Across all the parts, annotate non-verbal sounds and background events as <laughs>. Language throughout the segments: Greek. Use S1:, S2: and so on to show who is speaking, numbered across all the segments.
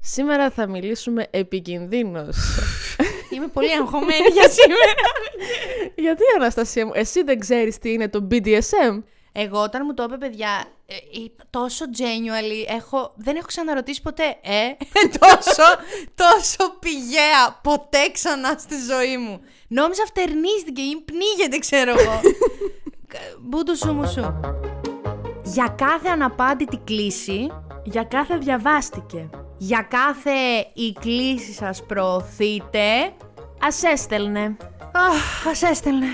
S1: Σήμερα θα μιλήσουμε επικινδύνως. <laughs>
S2: Είμαι πολύ αγχωμένη για σήμερα.
S1: Γιατί, Αναστασία μου, εσύ δεν ξέρεις τι είναι το BDSM.
S2: Εγώ όταν μου το είπε, παιδιά, ε, είπα τόσο genuinely, έχω, δεν έχω ξαναρωτήσει ποτέ, ε, <laughs> τόσο, τόσο πηγαία, ποτέ ξανά στη ζωή μου. Νόμιζα φτερνίστηκε ή πνίγεται, ξέρω εγώ. Κα- Μπούντου σου μου σου. Για κάθε αναπάντητη κλίση,
S1: Για κάθε διαβάστηκε.
S2: για κάθε η κλίση σας προωθείτε,
S1: Ας έστελνε.
S2: αχ, ας έστελνε.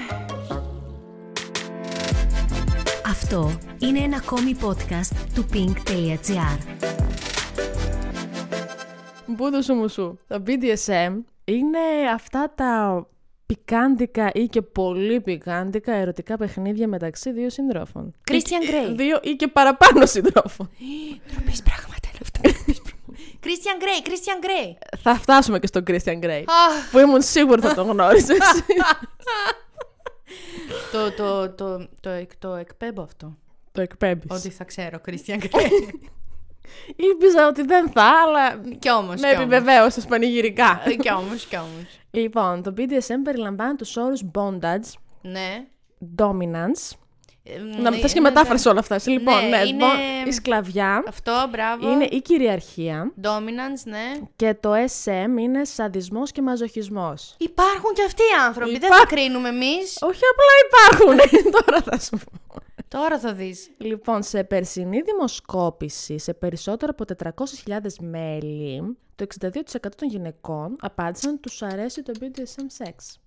S3: Αυτό είναι ένα ακόμη podcast του pink.gr.
S1: Μπούδου σου μου σου. Τα BDSM είναι αυτά τα πικάντικα ή και πολύ πικάντικα ερωτικά παιχνίδια μεταξύ δύο συντρόφων.
S2: Christian Grey.
S1: Δύο ή και παραπάνω συντρόφων.
S2: Τροπείς πράγματα είναι αυτά. Κρίστιαν Γκρέι, Κρίστιαν Γκρέι.
S1: θα φτάσουμε και στον Christian Grey. που ήμουν σίγουρη θα τον γνώριζες.
S2: Το, το, το, το, εκ- το εκπέμπω αυτό.
S1: το εκπέμπεις.
S2: Ότι θα ξέρω, Κρίστιαν <laughs> Γκρέι.
S1: Ήλπιζα ότι δεν θα, αλλά
S2: Κι όμως,
S1: με
S2: κι όμως.
S1: επιβεβαίωσες πανηγυρικά.
S2: Ε, Κι όμως, κι όμως.
S1: Λοιπόν, το BDSM περιλαμβάνει τους όρους bondage,
S2: Ναι.
S1: dominance.
S2: Ε,
S1: Να
S2: ναι,
S1: θες και
S2: είναι
S1: μετάφραση όλα αυτά. Εσύ, λοιπόν,
S2: Ναι,
S1: ναι,
S2: είναι-
S1: bon- η σκλαβιά
S2: το- Αυτό, μπράβο.
S1: είναι η κυριαρχία
S2: Dominance, ναι.
S1: και το SM είναι σαδισμός και μαζοχισμός.
S2: Υπάρχουν και αυτοί οι άνθρωποι. Δεν θα κρίνουμε εμείς.
S1: Όχι απλά
S2: <laughs>
S1: υπάρχουν, <laughs> τώρα θα σου πω.
S2: Τώρα θα δεις.
S1: Λοιπόν, σε περσινή δημοσκόπηση, σε περισσότερο από 400.000 μέλη, το 62% των γυναικών απάντησαν τους αρέσει το BDSM σεξ.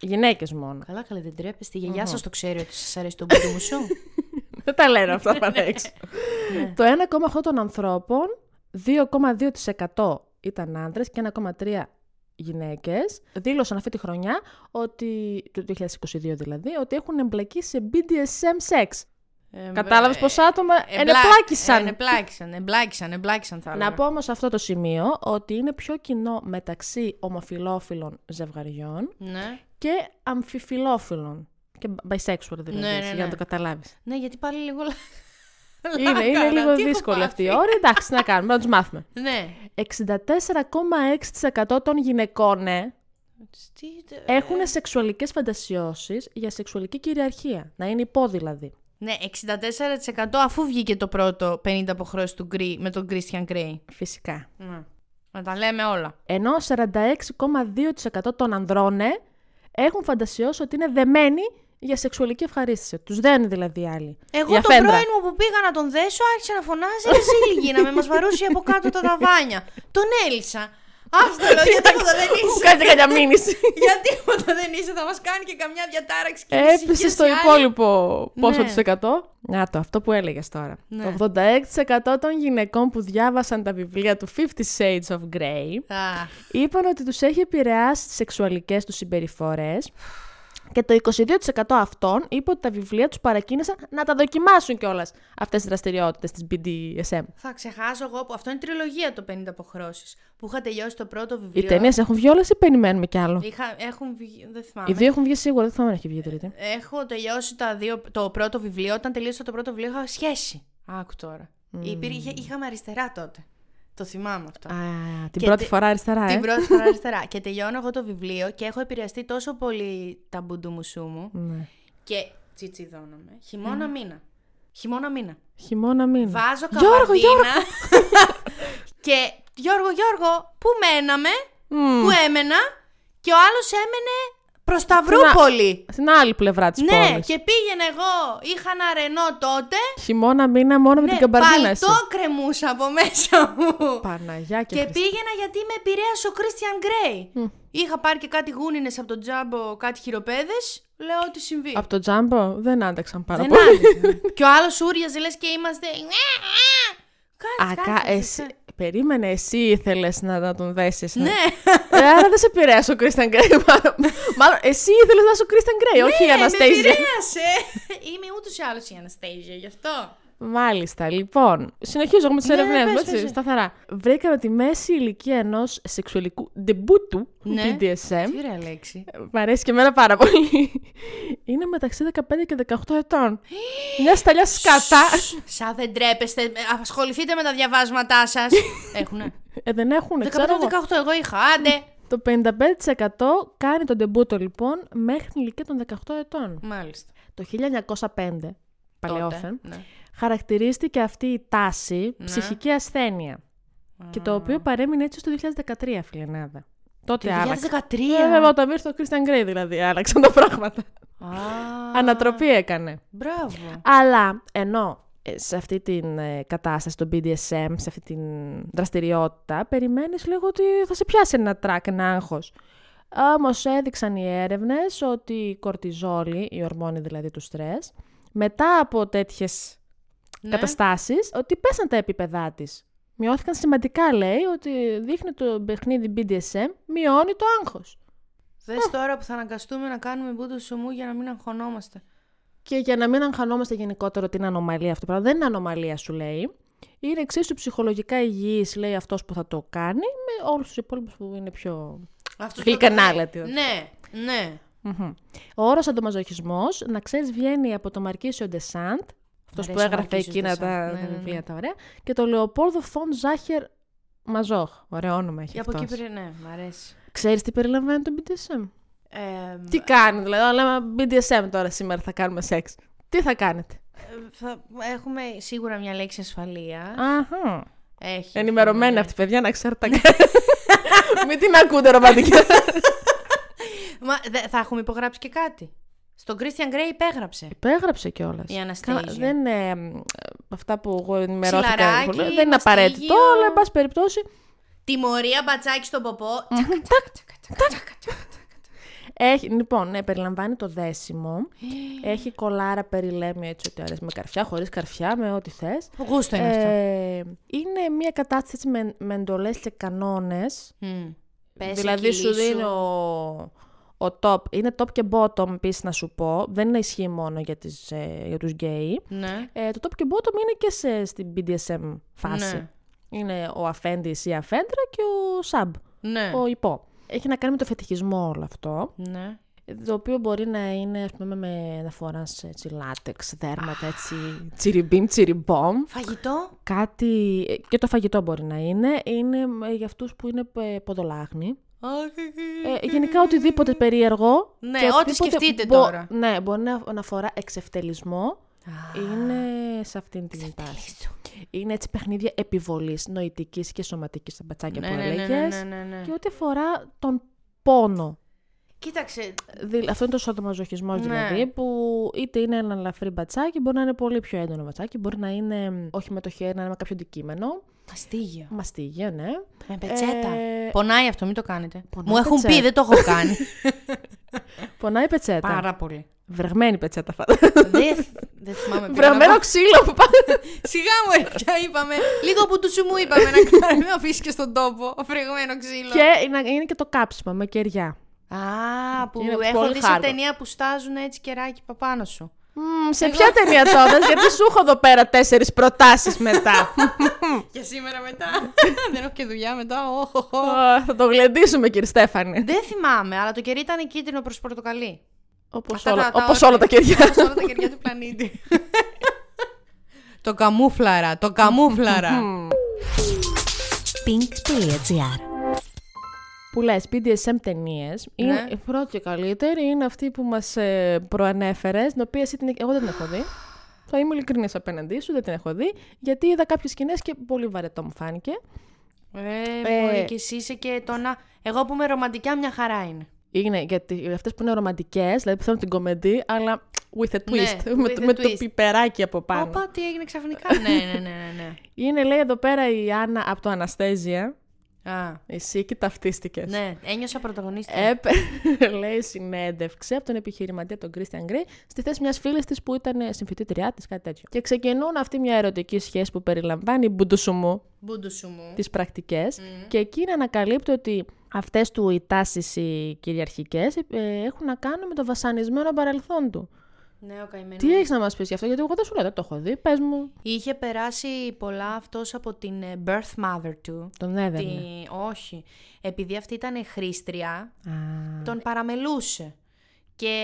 S1: Γυναίκες μόνο.
S2: Καλά, καλά, δεν τρέπεστε. Η γιαγιά σας το ξέρει ότι σας αρέσει το μπούτο μου <laughs> σου.
S1: Δεν τα λένε
S2: Ναι.
S1: αυτά απ' έξω. Το 1,8 των ανθρώπων, 2,2% ήταν άντρες και 1,3% γυναίκες, δήλωσαν αυτή τη χρονιά, ότι, το 2022 δηλαδή, ότι έχουν εμπλακεί σε BDSM σεξ.
S2: Ε,
S1: Κατάλαβες
S2: ε,
S1: πόσα άτομα
S2: ε,
S1: ενεπλάκησαν.
S2: ε, Ενεπλάκησαν, εμπλάκησαν, εμπλάκησαν θα
S1: Να
S2: έλεγα.
S1: πω όμως σε αυτό το σημείο ότι είναι πιο κοινό μεταξύ ομοφιλόφιλων ζευγαριών
S2: Ναι.
S1: και αμφιφιλόφιλων. Και bisexual δηλαδή,
S2: Ναι, ναι,
S1: για να
S2: ναι.
S1: το καταλάβεις.
S2: ναι, γιατί πάλι λίγο... λα-
S1: είναι, είναι
S2: λάκαρα,
S1: λίγο
S2: τι έχω
S1: δύσκολη αυτή η
S2: πάθει.
S1: ώρα, εντάξει, τι να κάνουμε, να τους μάθουμε.
S2: Ναι.
S1: 64,6% των γυναικών ε,
S2: Τι- τε-
S1: έχουν σεξουαλικές φαντασιώσεις για σεξουαλική κυριαρχία. Να είναι υπό δηλαδή.
S2: Ναι, 64% αφού βγήκε το πρώτο 50 αποχρώσεις του Γκρι με τον Christian Grey.
S1: Φυσικά.
S2: Ναι. Να τα λέμε όλα.
S1: Ενώ 46,2% των ανδρών ε, έχουν φαντασιώσει ότι είναι δεμένοι για σεξουαλική ευχαρίστηση. Τους δένουν δηλαδή οι άλλοι.
S2: Εγώ
S1: για
S2: το
S1: φέντρα.
S2: πρώην μου που πήγα να τον δέσω άρχισε να φωνάζει εσύ να με μας βαρούσε από κάτω τα ταβάνια. Τον έλυσα. Άστο λέω, για τίποτα δεν
S1: Μου
S2: είσαι.
S1: κάνετε καμιά
S2: <laughs>
S1: μήνυση.
S2: για τίποτα δεν είσαι, θα μας κάνει και καμιά διατάραξη και
S1: Ε, Έπεσε
S2: ησυχία
S1: στο
S2: σε άλλη.
S1: υπόλοιπο πόσο
S2: Ναι.
S1: τους εκατό. Να το, αυτό που έλεγες τώρα.
S2: Ναι.
S1: Το 86% των γυναικών που διάβασαν τα βιβλία του 50 Shades of Grey
S2: Α,
S1: είπαν ότι τους έχει επηρεάσει τις σεξουαλικές τους συμπεριφορές και το 22% αυτών είπε ότι τα βιβλία τους παρακίνησαν να τα δοκιμάσουν κιόλας αυτές τις δραστηριότητες της BDSM.
S2: θα ξεχάσω εγώ που αυτό είναι τριλογία το 50 αποχρώσεις. Που είχα τελειώσει το πρώτο
S1: Οι
S2: βιβλίο.
S1: ταινίες έχουν βγει όλες ή περιμένουμε κι άλλο.
S2: Είχα, έχουν βγει, δεν θυμάμαι.
S1: Οι δύο έχουν βγει σίγουρα, δεν θυμάμαι να έχει βγει η τρίτη.
S2: Έχω τελειώσει τα δύο, το πρώτο βιβλίο. Όταν τελείωσα το πρώτο βιβλίο, είχα σχέση. Άκου τώρα. Υπήρχε, είχαμε αριστερά τότε. Το θυμάμαι αυτό.
S1: Α, την
S2: Και
S1: πρώτη
S2: τε-
S1: φορά αριστερά, ε.
S2: Την πρώτη φορά αριστερά. και τελειώνω εγώ το βιβλίο και έχω επηρεαστεί τόσο πολύ τα μπουντουμουσού μου.
S1: Ναι.
S2: Και τσιτσιδώνομαι. Χειμώνα μήνα. Χειμώνα μήνα.
S1: Χειμώνα μήνα.
S2: Βάζω
S1: Γιώργο, Γιώργο.
S2: καμπαρδίνα. <laughs> και Γιώργο, Γιώργο, πού μέναμε,
S1: Μμμ.
S2: πού έμενα. Και ο άλλος έμενε προς Σταυρούπολη.
S1: Στην άλλη πλευρά της
S2: Ναι,
S1: πόλης.
S2: και πήγαινε εγώ. Είχα ένα ρενό τότε.
S1: Χειμώνα μήνα μόνο με
S2: Ναι,
S1: την καμπαρδίνα εσύ.
S2: παλτό κρεμούσα από μέσα μου.
S1: Παναγιά και,
S2: Και
S1: Χριστέ.
S2: πήγαινα γιατί με επηρέασε ο Κρίστιαν Γκρέι. Είχα πάρει και κάτι γούνινες από τον τζάμπο, κάτι χειροπέδες. Λέω ότι συμβεί.
S1: Από το τζάμπο δεν άνταξαν πάρα
S2: Δεν
S1: πολύ.
S2: άντεξα. και ο άλλος ούριαζε, λες και είμαστε. Κάτσε,
S1: Ακά,
S2: κάτσε,
S1: εσύ,
S2: κάτσε.
S1: περίμενε, εσύ ήθελες να, να τον δέσεις.
S2: Ναι,
S1: άρα δεν σε επηρέασε ο Κρίσταν Γκρέι. <laughs> Μάλλον, μάλλον εσύ ήθελες να είσαι ο Κρίσταν Γκρέι, όχι η
S2: Ναι, Ε, με
S1: Αναστέζια.
S2: επηρέασε. Είμαι ούτως ή άλλως η Αναστέζια, γι' αυτό.
S1: Μάλιστα, λοιπόν. Συνεχίζω εγώ με τις
S2: Ναι, ναι,
S1: έρευνέ μου,
S2: πες, πες,
S1: έτσι,
S2: πες.
S1: σταθερά. Βρήκαμε τη μέση ηλικία ενός σεξουαλικού ντεμπούτου
S2: Ναι.
S1: BDSM.
S2: Τι ωραία λέξη.
S1: Μ' αρέσει και εμένα πάρα πολύ. Είναι μεταξύ 15 και 18 ετών. Μια σταλιά σκατά.
S2: Σαν δεν τρέπεστε, ε, ασχοληθείτε με τα διαβάσματά σας.
S1: <laughs>
S2: Έχουνε.
S1: Ε, δεν έχουν,
S2: 15-18
S1: ξέρω εγώ.
S2: εγώ είχα. Άντε.
S1: Το 55% κάνει τον τεμπούτο λοιπόν μέχρι την ηλικία των 18 ετών.
S2: Μάλιστα.
S1: Το 1905, παλαιόφεν,
S2: Τότε, ναι.
S1: χαρακτηρίστηκε αυτή η τάση
S2: Ναι.
S1: ψυχική ασθένεια. Και το οποίο παρέμεινε έτσι στο 2013, φιλενάδα.
S2: Το
S1: ναι, Τότε άλλαξε.
S2: 2013.
S1: Ε, βέβαια, όταν ήρθε ο Christian Grey δηλαδή, άλλαξαν τα πράγματα.
S2: Α,
S1: Ανατροπή έκανε.
S2: Μπράβο.
S1: Αλλά ενώ ε, σε αυτή την ε, κατάσταση, το BDSM, σε αυτή την δραστηριότητα, περιμένεις λίγο ότι θα σε πιάσει ένα τρακ, ένα άγχος. Όμως έδειξαν οι έρευνες ότι η κορτιζόλη, η ορμόνη δηλαδή του στρες, μετά από τέτοιες
S2: Ναι.
S1: καταστάσεις, ότι πέσαν τα επίπεδά της. Μειώθηκαν σημαντικά, λέει, ότι δείχνει το παιχνίδι BDSM, μειώνει το άγχος.
S2: Δες τώρα που θα αναγκαστούμε να κάνουμε μπούτο σουμού για να μην αγχωνόμαστε.
S1: Και για να μην αγχανόμαστε γενικότερο την ανομαλία αυτό το πράγμα, δεν είναι ανομαλία σου λέει. Είναι εξίσου ψυχολογικά υγιής, λέει αυτός που θα το κάνει, με όλους τους υπόλοιπους που είναι πιο...
S2: Αυτό
S1: Γλυκανάλατη.
S2: Ναι, ναι.
S1: Μμμ. Ο όρος αντομαζοχισμός, να ξέρεις, βγαίνει από το Μαρκίσιο Ντεσάντ, αυτός
S2: αρέσει
S1: που
S2: ο
S1: έγραφε
S2: Μαρκίσιος
S1: εκείνα
S2: Ντεσάντ,
S1: τα
S2: ναι, ναι, ναι.
S1: βιβλία τα ωραία, και το Λεοπόλδο Φον Ζάχερ Μαζόχ. Ωραίο όνομα έχει
S2: Για από
S1: αυτός.
S2: εκεί πήρε, ναι, μ' αρέσει.
S1: Ξέρεις τι περιλαμβάνει το BDSM.
S2: Ε,
S1: Τι κάνει, δηλαδή, όταν λέμε BDSM τώρα σήμερα θα κάνουμε σεξ. Τι θα κάνετε.
S2: θα έχουμε σίγουρα μια λέξη ασφαλεία.
S1: Αχα.
S2: Έχει.
S1: Ενημερωμένη αυτή, παιδιά, να ξέρετε. τα
S2: <laughs>
S1: Μην την ακούτε ρομαντική.
S2: Μα δε- θα έχουμε υπογράψει και κάτι. Στον Christian Grey υπέγραψε.
S1: Υπέγραψε κιόλας.
S2: Η Αναστέζια.
S1: Δεν είναι ε, αυτά που εγώ ενημερώθηκα.
S2: Ψιλαράκι,
S1: πολύ. δεν είναι απαραίτητο,
S2: μαστίγιο.
S1: αλλά εν πάση περιπτώσει.
S2: Τιμωρία μπατσάκι στον ποπό.
S1: Έχει, λοιπόν, ναι, περιλαμβάνει το δέσιμο.
S2: Ε.
S1: έχει κολάρα περιλέμια έτσι ότι αρέσει με καρφιά, χωρίς καρφιά, με ό,τι θες.
S2: Γούστο είναι αυτό.
S1: Ε, είναι μια κατάσταση έτσι με, με εντολές και κανόνες.
S2: Μμ. Πες
S1: Δηλαδή
S2: εκεί
S1: σου δίνει ο, ο top. Είναι top και bottom επίσης να σου πω. Δεν είναι ισχύει μόνο για, τις, ε, για τους γκέι.
S2: Ναι.
S1: Ε, το top και bottom είναι και σε, στην BDSM φάση.
S2: Ναι.
S1: Είναι ο αφέντης ή η αφέντρα και ο sub,
S2: Ναι.
S1: ο υπό. Έχει να κάνει με το φετιχισμό όλο αυτό,
S2: Ναι.
S1: το οποίο μπορεί να είναι, ας πούμε, με, να φοράς έτσι, λάτεξ, δέρματα, έτσι, τσιριμπιμ, τσιριμπομ.
S2: Φαγητό.
S1: Κάτι, ε, και το φαγητό μπορεί να είναι, είναι ε, για αυτούς που είναι ε, ποδολάγνοι. Ε, γενικά οτιδήποτε περίεργο.
S2: Ναι,
S1: και
S2: ό,τι
S1: οτιδήποτε
S2: σκεφτείτε
S1: μπο-
S2: τώρα.
S1: Ναι, μπορεί να, να αφορά εξευτελισμό. Είναι σε αυτήν την τάση. Είναι έτσι παιχνίδια επιβολής νοητικής και σωματικής στα μπατσάκια
S2: Ναι,
S1: που
S2: ναι, ναι,
S1: έλεγες.
S2: ναι, ναι, ναι, ναι.
S1: Και ό,τι αφορά τον πόνο.
S2: Κοίταξε.
S1: Δη- Αυτό είναι το σωματομαζοχισμό
S2: Ε. Ναι.
S1: δηλαδή, που είτε είναι ένα ελαφρύ μπατσάκι, μπορεί να είναι πολύ πιο έντονο μπατσάκι, μπορεί να είναι μ, όχι με το χέρι, να είναι με κάποιο αντικείμενο.
S2: Αστίγιο.
S1: Μαστίγια, ναι.
S2: Με πετσέτα.
S1: Ε,
S2: Πονάει αυτό, μην το κάνετε.
S1: Πονάει
S2: Μου έχουν
S1: πετσέτα.
S2: πει, δεν το έχω
S1: <laughs>
S2: κάνει.
S1: Πονάει πετσέτα.
S2: Πάρα πολύ.
S1: Βρεγμένη πετσέτα, φαντάζομαι.
S2: δεν θ- δεν θυμάμαι πια.
S1: Βρεγμένο
S2: να πω.
S1: ξύλο που πάει.
S2: Σιγά μου, ε, πια είπαμε. Λίγο που του σου μου είπαμε να
S1: <laughs>
S2: κάνουμε. Μην αφήσεις και στον τόπο. Φρεγμένο ξύλο.
S1: και είναι- είναι και το κάψιμα με κεριά.
S2: Α, που
S1: Είναι
S2: έχω
S1: πολύ
S2: δει
S1: hardcore.
S2: σε ταινία που στάζουν έτσι κεράκι πάνω σου.
S1: Μμμ, σε ποια ταινία <laughs> τότε, γιατί σου έχω εδώ πέρα τέσσερις προτάσεις <laughs> μετά.
S2: Για σήμερα <laughs> μετά. Δεν έχω και δουλειά μετά. οχοχο.
S1: Ω, θα το γλεντήσουμε, κύριε Στέφανη.
S2: Δεν θυμάμαι, αλλά το κερί ήταν κίτρινο προς πορτοκαλί.
S1: Όπως
S2: Αυτά
S1: όλα,
S2: τα- τα
S1: όπως
S2: όρια.
S1: όλα τα κεριά.
S2: Σε
S1: <laughs>
S2: όλα τα κεριά του πλανήτη. <laughs> το καμούφλαρα, το καμούφλαρα.
S3: pink.gr
S1: που λες, BDSM ταινίες.
S2: Ναι.
S1: Η πρώτη και καλύτερη είναι αυτή που μας ε, προανέφερες, την οποία εσύ την- εγώ δεν την έχω δει. Θα είμαι ειλικρινής απέναντί σου, δεν την έχω δει. Γιατί είδα κάποιες σκηνές και πολύ βαρετό μου φάνηκε.
S2: ε,
S1: Ε.
S2: μπορεί και εσύ είσαι και το να. Εγώ που είμαι ρομαντικά, μια χαρά είναι.
S1: Είναι γιατί αυτές που είναι ρομαντικές, δηλαδή που θέλουν την κομμεντή, αλλά with a twist.
S2: Ναι, with
S1: με
S2: a
S1: το, με το
S2: twist.
S1: πιπεράκι από πάνω.
S2: Όπα, τι έγινε
S1: <laughs>
S2: ξαφνικά. ναι, ναι, ναι, ναι.
S1: Είναι, λέει, εδώ πέρα η Άννα από το Αναστέζια.
S2: ναι. Α,
S1: Εσύ και ταυτίστηκες.
S2: ναι, ένιωσα πρωταγωνίστρια.
S1: Έπε, <laughs> λέει συνέντευξη από τον επιχειρηματία τον Christian Grey στη θέση μιας φίλης της που ήταν συμφοιτήτριά της, κάτι τέτοιο. Και ξεκινούν αυτή μια ερωτική σχέση που περιλαμβάνει μπουντουσουμού
S2: Μπούντου σου μου.
S1: τις πρακτικές. Και εκείνη ανακαλύπτει ότι αυτές του ε, οι τάσει οι κυριαρχικέ έχουν να κάνουν με το βασανισμένο παρελθόν του.
S2: Ναι, ο καημένος.
S1: Τι έχεις να μας πεις γι' αυτό, γιατί εγώ δεν σου λέω, δεν το έχω δει. Πες μου.
S2: Είχε περάσει πολλά αυτός από την ε, birth mother του.
S1: Τον έδερνε.
S2: Τη... Όχι. Επειδή αυτή ήταν χρήστρια,
S1: Α,
S2: τον παραμελούσε. Και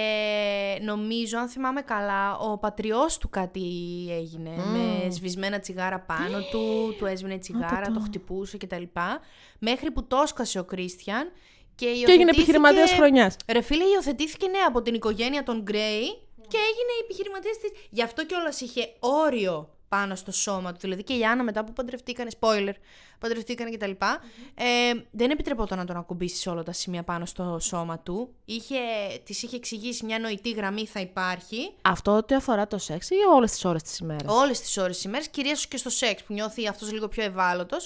S2: νομίζω, αν θυμάμαι καλά, ο πατριός του κάτι έγινε. Με σβησμένα τσιγάρα πάνω του, του έσβηνε τσιγάρα, το χτυπούσε κτλ. Μέχρι που το σκασε ο Κρίστιαν και
S1: Και έγινε επιχειρηματίας χρονιάς.
S2: Ρε φίλε, υιοθετήθηκε ναι από την οικογένεια των Γκρέι και έγινε η επιχειρηματίας της. Γι' αυτό κιόλας είχε όριο πάνω στο σώμα του. Δηλαδή και η Άννα μετά που παντρευτήκανε, spoiler, παντρευτήκανε κτλ. Ε, δεν επιτρεπόταν να τον ακουμπήσει σε όλα τα σημεία πάνω στο σώμα του. Είχε, της είχε εξηγήσει μια νοητή γραμμή θα υπάρχει
S1: Αυτό ό,τι αφορά το σεξ ή όλες τις ώρες της ημέρας.
S2: όλες τις ώρες της ημέρας, κυρίως και στο σεξ που νιώθει αυτός λίγο πιο ευάλωτος.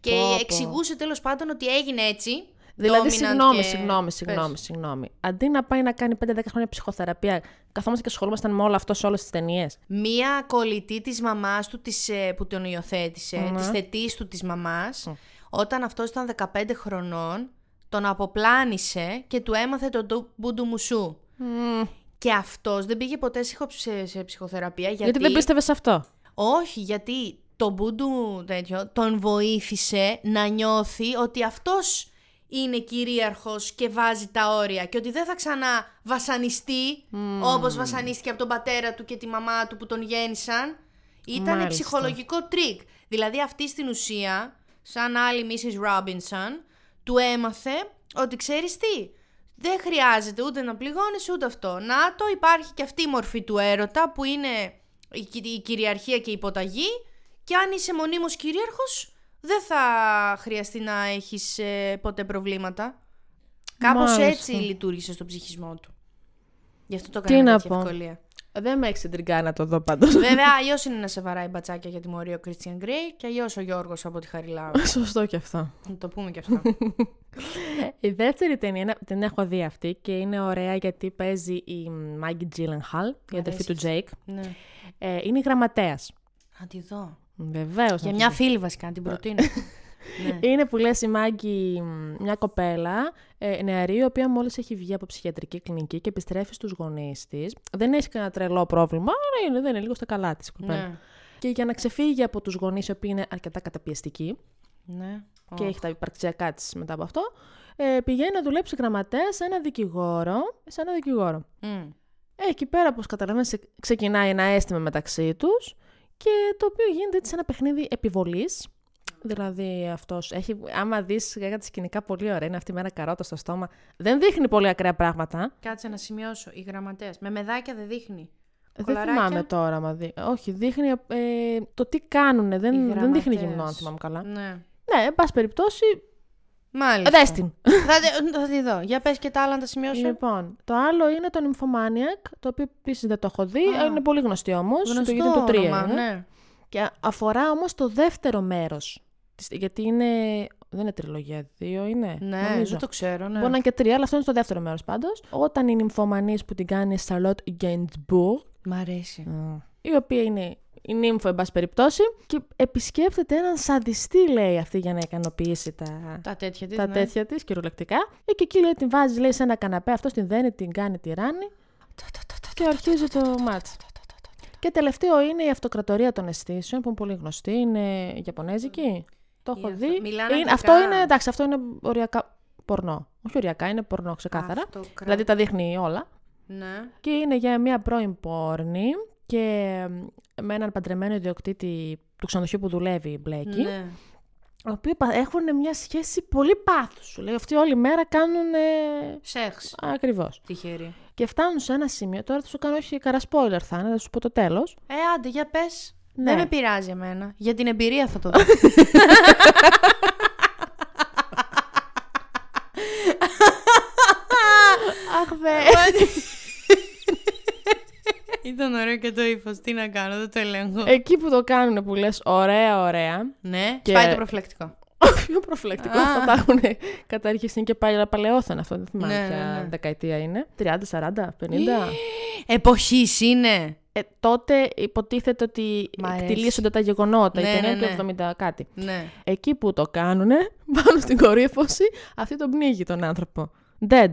S2: Και
S1: Πω, πω.
S2: εξηγούσε τέλος πάντων ότι έγινε έτσι.
S1: Δηλαδή,
S2: dominant
S1: συγγνώμη,
S2: και-
S1: συγγνώμη,
S2: Πες.
S1: συγγνώμη, συγγνώμη. Αντί να πάει να κάνει 5-10 χρόνια ψυχοθεραπεία, καθόμαστε και ασχολούμασταν με όλο αυτό σε όλες τις ταινίες.
S2: μία κολλητή της μαμάς του της, ε, που τον υιοθέτησε, της θετής του της μαμάς, όταν αυτός ήταν 15 χρονών, τον αποπλάνησε και του έμαθε τον ντου- μπουντου μουσού. Και αυτός δεν πήγε ποτέ σε, ψυχο- σε- σε ψυχοθεραπεία γιατί...
S1: Γιατί δεν πίστευε σε αυτό.
S2: Όχι, γιατί το μπουντου τέτοιο τον βοήθησε να νιώθει ότι αυτός είναι κυρίαρχος και βάζει τα όρια και ότι δεν θα ξανά βασανιστεί όπως βασανίστηκε από τον πατέρα του και τη μαμά του που τον γέννησαν. Ήταν
S1: Μάλιστα.
S2: ψυχολογικό τρίκ. Δηλαδή αυτή στην ουσία, σαν άλλη Mrs. Robinson, του έμαθε ότι ξέρεις τι, δεν χρειάζεται ούτε να πληγώνεις ούτε αυτό. Να το υπάρχει και αυτή η μορφή του έρωτα που είναι η, κυ- η κυριαρχία και η υποταγή και αν είσαι μονίμως κυρίαρχος δεν θα χρειαστεί να έχεις ε, ποτέ προβλήματα. Κάπως
S1: Μάλιστα.
S2: έτσι λειτουργήσε στον ψυχισμό του. Γι' αυτό το
S1: Τι
S2: έκανα
S1: να
S2: τέτοια
S1: πω.
S2: ευκολία.
S1: Δεν με έχει εντριγκά να το δω πάντως.
S2: Βέβαια, αλλιώς είναι να σε βαράει μπατσάκια για τη μορία ο Κρίστιαν Γκρέι και αλλιώς ο Γιώργος από τη Χαριλάου.
S1: <laughs> Σωστό και αυτό.
S2: να το πούμε κι αυτό.
S1: <laughs> Η δεύτερη ταινία είναι- την έχω δει αυτή και είναι ωραία γιατί παίζει η Μάγκη Τζίλενχαλ, η αδερφή του Τζέικ.
S2: ναι.
S1: Ε, είναι η γραμματέας.
S2: Να τη δω.
S1: Βεβαίως.
S2: Για μια φίλη βασικά, να την
S1: <laughs>
S2: προτείνω. ναι.
S1: Είναι που λες η Μάγκη μ, μια κοπέλα ε, νεαρή η οποία μόλις έχει βγει από ψυχιατρική κλινική και επιστρέφει στους γονείς της. Δεν έχει κανένα τρελό πρόβλημα, αλλά είναι, δεν είναι λίγο στα καλά της η κοπέλα.
S2: Ναι.
S1: Και για να ξεφύγει από τους γονείς οι οποίοι είναι αρκετά καταπιεστικοί
S2: ναι.
S1: και έχει τα υπαρξιακά της μετά από αυτό, ε, πηγαίνει να δουλέψει γραμματέα σε ένα δικηγόρο. Σε ένα δικηγόρο.
S2: Μμ.
S1: Ε, εκεί πέρα, όπως καταλαβαίνεις, ξεκινάει ένα αίσθημα μεταξύ τους και το οποίο γίνεται έτσι σε ένα παιχνίδι επιβολής. Δηλαδή αυτός έχει, άμα δεις κάτι σκηνικά πολύ ωραία, είναι αυτή με ένα καρότος στο στόμα, δεν δείχνει πολύ ακραία πράγματα.
S2: Κάτσε να σημειώσω. Οι γραμματέ. Με μεδάκια δεν δείχνει.
S1: Δεν
S2: Κολαράκια.
S1: θυμάμαι τώρα, μα δει- όχι, δείχνει ε, το τι κάνουνε,
S2: Οι
S1: δεν, δεν δείχνει
S2: γραμματέες.
S1: γυμνό, αν θυμάμαι καλά.
S2: Ναι.
S1: Ναι, εν πάση περιπτώσει,
S2: Μάλιστα.
S1: δες την.
S2: θα, τη- θα τη δω. Για πες και τα άλλα να τα σημειώσω.
S1: Λοιπόν, το άλλο είναι το Nymphomaniac, το οποίο επίσης δεν το έχω δει,
S2: Α.
S1: είναι πολύ γνωστή όμως,
S2: Γνωστό
S1: το γιατί το ε. 3
S2: όνομα,
S1: είναι.
S2: ναι.
S1: Και αφορά όμως το δεύτερο μέρος. της- Γιατί είναι. Δεν είναι τριλογία, δύο είναι.
S2: Ναι,
S1: νομίζω.
S2: δεν το ξέρω. Ναι.
S1: Μπορεί να είναι και τρία, αλλά αυτό είναι στο δεύτερο μέρος πάντως. Όταν η νυμφωμανής που την κάνει η Σαλότ Γκέντμπουργκ,
S2: Μ' αρέσει.
S1: η οποία είναι η νύμφο, εν πάση περιπτώσει, και επισκέπτεται έναν σαντιστή, λέει αυτή, για να ικανοποιήσει τα,
S2: Τα τέτοια της.
S1: τα
S2: ναι.
S1: τέτοια της, κυριολεκτικά. Ε, Και εκεί λέει, την βάζει, λέει, σε ένα καναπέ, αυτό την δένει, την κάνει, τη ράνει. Και αρχίζει το μάτς. Και τελευταίο είναι η Αυτοκρατορία των Αισθήσεων, που είναι πολύ γνωστή. Είναι Ιαπωνέζικη. Το έχω
S2: Η
S1: δει.
S2: αυτο- Μιλάνε
S1: Είναι-
S2: αγγλικά.
S1: αυτό είναι, εντάξει, αυτό είναι οριακά πορνό. Όχι οριακά, είναι πορνό ξεκάθαρα.
S2: Αυτοκρα-
S1: Δηλαδή τα δείχνει όλα.
S2: Ναι.
S1: Και είναι για μια πρώην πόρνη και με έναν παντρεμένο ιδιοκτήτη του ξενοδοχείου που δουλεύει η Μπλέκη,
S2: Ναι.
S1: οι οποίοι πα- έχουν μια σχέση πολύ πάθους. Σου λέει, αυτοί όλη μέρα κάνουν... Ε,
S2: Σεξ.
S1: ακριβώς.
S2: Τυχερή.
S1: Και φτάνουν σε ένα σημείο, τώρα θα σου κάνω όχι καρά spoiler θα είναι, θα σου πω το τέλος,
S2: Ε, άντε, για πες.
S1: Ναι.
S2: Δεν με πειράζει εμένα. Για την εμπειρία θα το δω.
S1: Αχ, δε.
S2: Ήταν ωραίο και το ύφος. Τι να κάνω, δεν το ελέγχω.
S1: Εκεί που το κάνουν που λες ωραία, ωραία.
S2: ναι,
S1: Ε, και-
S2: πάει το προφυλακτικό.
S1: Πιο προφυλακτικό θα τα έχουν καταργήσει και πάλι παλαιόθεν αυτό. Δεν θυμάμαι
S2: Ναι,
S1: ποια
S2: ναι, ναι.
S1: δεκαετία είναι. 30, 40, 50.
S2: Εποχής είναι.
S1: ε, τότε υποτίθεται ότι
S2: Μ' αρέσει.
S1: εκτιλήσονται τα γεγονότα.
S2: Ναι,
S1: η ταινία
S2: ναι, ναι.
S1: του 70 κάτι.
S2: Ναι.
S1: <laughs> Εκεί που το κάνουνε, πάνω στην κορύφωση, αυτή τον πνίγει τον άνθρωπο. Dead.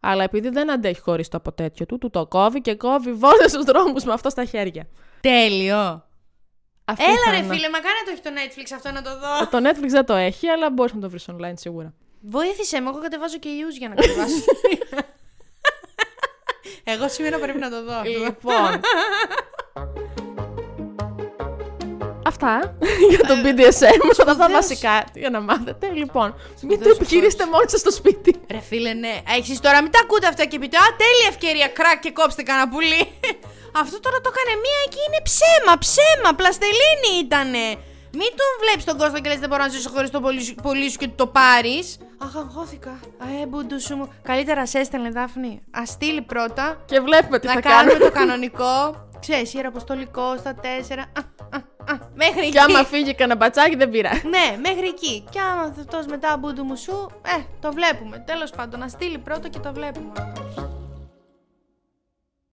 S1: Αλλά επειδή δεν αντέχει χωρίς το από τέτοιο του, του το κόβει και κόβει βόλτε στους δρόμους με αυτό στα χέρια.
S2: Τέλειο.
S1: Αυτή
S2: Έλα ρε
S1: ήταν.
S2: φίλε, μα κάνε το έχει το Netflix αυτό να το δω.
S1: Το Netflix δεν το έχει, αλλά μπορείς να το βρεις online σίγουρα.
S2: Βοήθησε με, εγώ κατεβάζω και ιούς για να κατεβάσω. <laughs> εγώ σήμερα πρέπει να το δω. αυτό.
S1: Λοιπόν. Αυτά <laughs> για το
S2: Ε,
S1: BDSM. Τα
S2: σπουδαίος.
S1: βασικά για να μάθετε. Λοιπόν, μην το
S2: Σπουδαίος ο
S1: επιχειρήσετε μόνοι σας στο σπίτι.
S2: Ρε φίλε, ναι. Έχεις τώρα, μην τα ακούτε αυτά και πείτε. Α, τέλεια ευκαιρία, κράκ και κόψτε κανένα πουλί. <laughs> Αυτό τώρα το έκανε μία και είναι ψέμα, ψέμα. Πλαστελίνη ήτανε. Μην τον βλέπεις τον κόσμο και λες: Δεν μπορώ να ζήσω χωρίς το πολύ σου, πολύ σου και του το πάρεις. Αχ, αγχώθηκα. Αέμπουντου σου μου. Καλύτερα σε έστελνε, Δάφνη. Ας στείλει πρώτα.
S1: Και βλέπουμε τι
S2: να
S1: θα
S2: κάνουμε
S1: κάνουμε.
S2: το κανονικό. Ξέρεις, ιεραποστολικό στα τέσσερα. Α, α, α. Μέχρι
S1: Και
S2: εκεί. <laughs>
S1: άμα φύγει κανένα μπατσάκι δεν πειράζει.
S2: Ναι, μέχρι εκεί. Και άμα αυτός μετά μπουντου μου σου, ε, το βλέπουμε. Τέλος πάντων, να στείλει πρώτο και το βλέπουμε.